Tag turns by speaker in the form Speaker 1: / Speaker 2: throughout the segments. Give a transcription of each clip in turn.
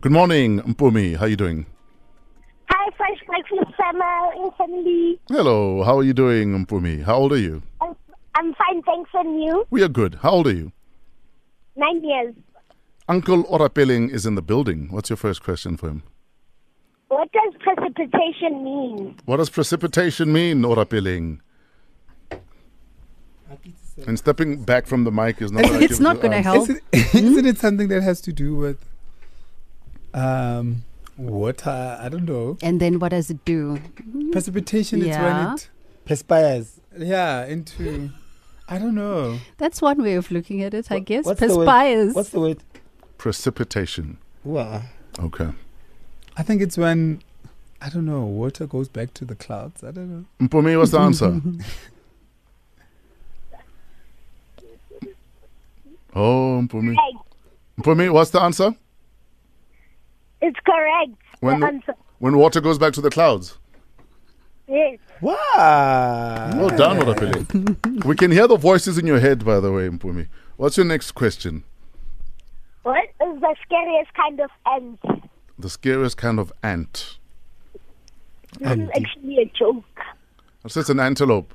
Speaker 1: Good morning, Mpumi. How are you doing?
Speaker 2: Hi, Fresh Breakfast Summer and family.
Speaker 1: Hello. How are you doing, Mpumi? How old are you?
Speaker 2: I'm, I'm fine, thanks, and you?
Speaker 1: We are good. How old are you?
Speaker 2: Nine years.
Speaker 1: Uncle Orapeling is in the building. What's your first question for him?
Speaker 2: What does precipitation mean?
Speaker 1: What does precipitation mean, Orapeling? And stepping back from the mic is not. what I
Speaker 3: It's
Speaker 1: give
Speaker 3: not going to
Speaker 1: answer.
Speaker 3: help.
Speaker 4: Isn't, isn't it something that has to do with um, water? I don't know.
Speaker 3: And then what does it do?
Speaker 4: Precipitation
Speaker 3: Yeah.
Speaker 4: is
Speaker 5: Perspires.
Speaker 4: when it, yeah, into, I don't know.
Speaker 3: That's one way of looking at it, I guess.
Speaker 5: What's the word?
Speaker 3: Perspires.
Speaker 5: What's the word?
Speaker 1: Precipitation.
Speaker 5: Wow.
Speaker 1: Okay.
Speaker 4: I think it's when, I don't know, water goes back to the clouds. I don't know.
Speaker 1: Mpumi, what's the answer? oh, Mpumi.
Speaker 2: Egg.
Speaker 1: Mpumi, what's the answer?
Speaker 2: It's correct.
Speaker 1: When
Speaker 2: the
Speaker 1: the-
Speaker 2: answer.
Speaker 1: When water goes back to the clouds.
Speaker 2: Yes.
Speaker 5: Wow.
Speaker 1: Well done, Orapeling. we can hear the voices in your head, by the way, Mpumi. What's your next question?
Speaker 2: What is the scariest kind of ant?
Speaker 1: The scariest kind of ant.
Speaker 2: This is actually a joke.
Speaker 1: I said it's an antelope.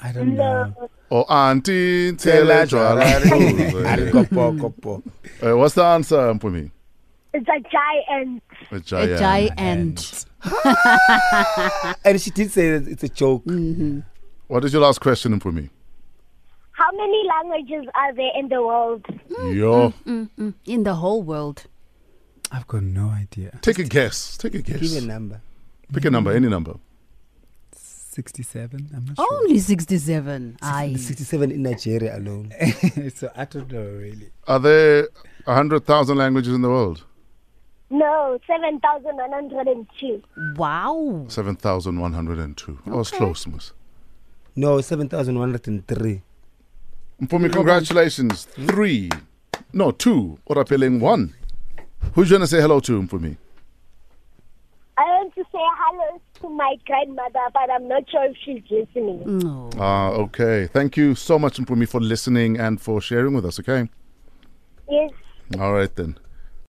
Speaker 4: I don't know.
Speaker 1: Or auntie, tele,
Speaker 5: Tela jwala
Speaker 1: jwala,
Speaker 5: re-
Speaker 1: jwala.
Speaker 5: Arikopo, kopo.
Speaker 1: Uh, what's the answer, Mpumi?
Speaker 2: It's a giant.
Speaker 1: A
Speaker 3: a
Speaker 1: giant.
Speaker 3: giant.
Speaker 5: And she did say that it's a joke.
Speaker 1: What is your last question, Mpumi?
Speaker 2: How many languages are there in the world?
Speaker 1: Yo.
Speaker 3: In the whole world.
Speaker 4: I've got no idea.
Speaker 1: Take a guess. Take a guess.
Speaker 5: Give a number.
Speaker 1: Pick a number, any number.
Speaker 4: 67? I'm not
Speaker 3: Only 67. Aye.
Speaker 5: 67 in Nigeria alone.
Speaker 4: sure. so I don't know really.
Speaker 1: Are there 100,000 languages in the world?
Speaker 2: No, 7,102.
Speaker 3: Wow.
Speaker 1: 7,102. I was close, Mus.
Speaker 5: No, 7,103.
Speaker 1: Mpumi, congratulations. Three. No, two. Orapeling, one. Who's going to say hello to Mpumi?
Speaker 2: I want to say hello to my grandmother, but I'm not sure if she's listening.
Speaker 3: No.
Speaker 1: Ah, okay. Thank you so much, Mpumi, for listening and for sharing with us, okay?
Speaker 2: Yes.
Speaker 1: All right, then.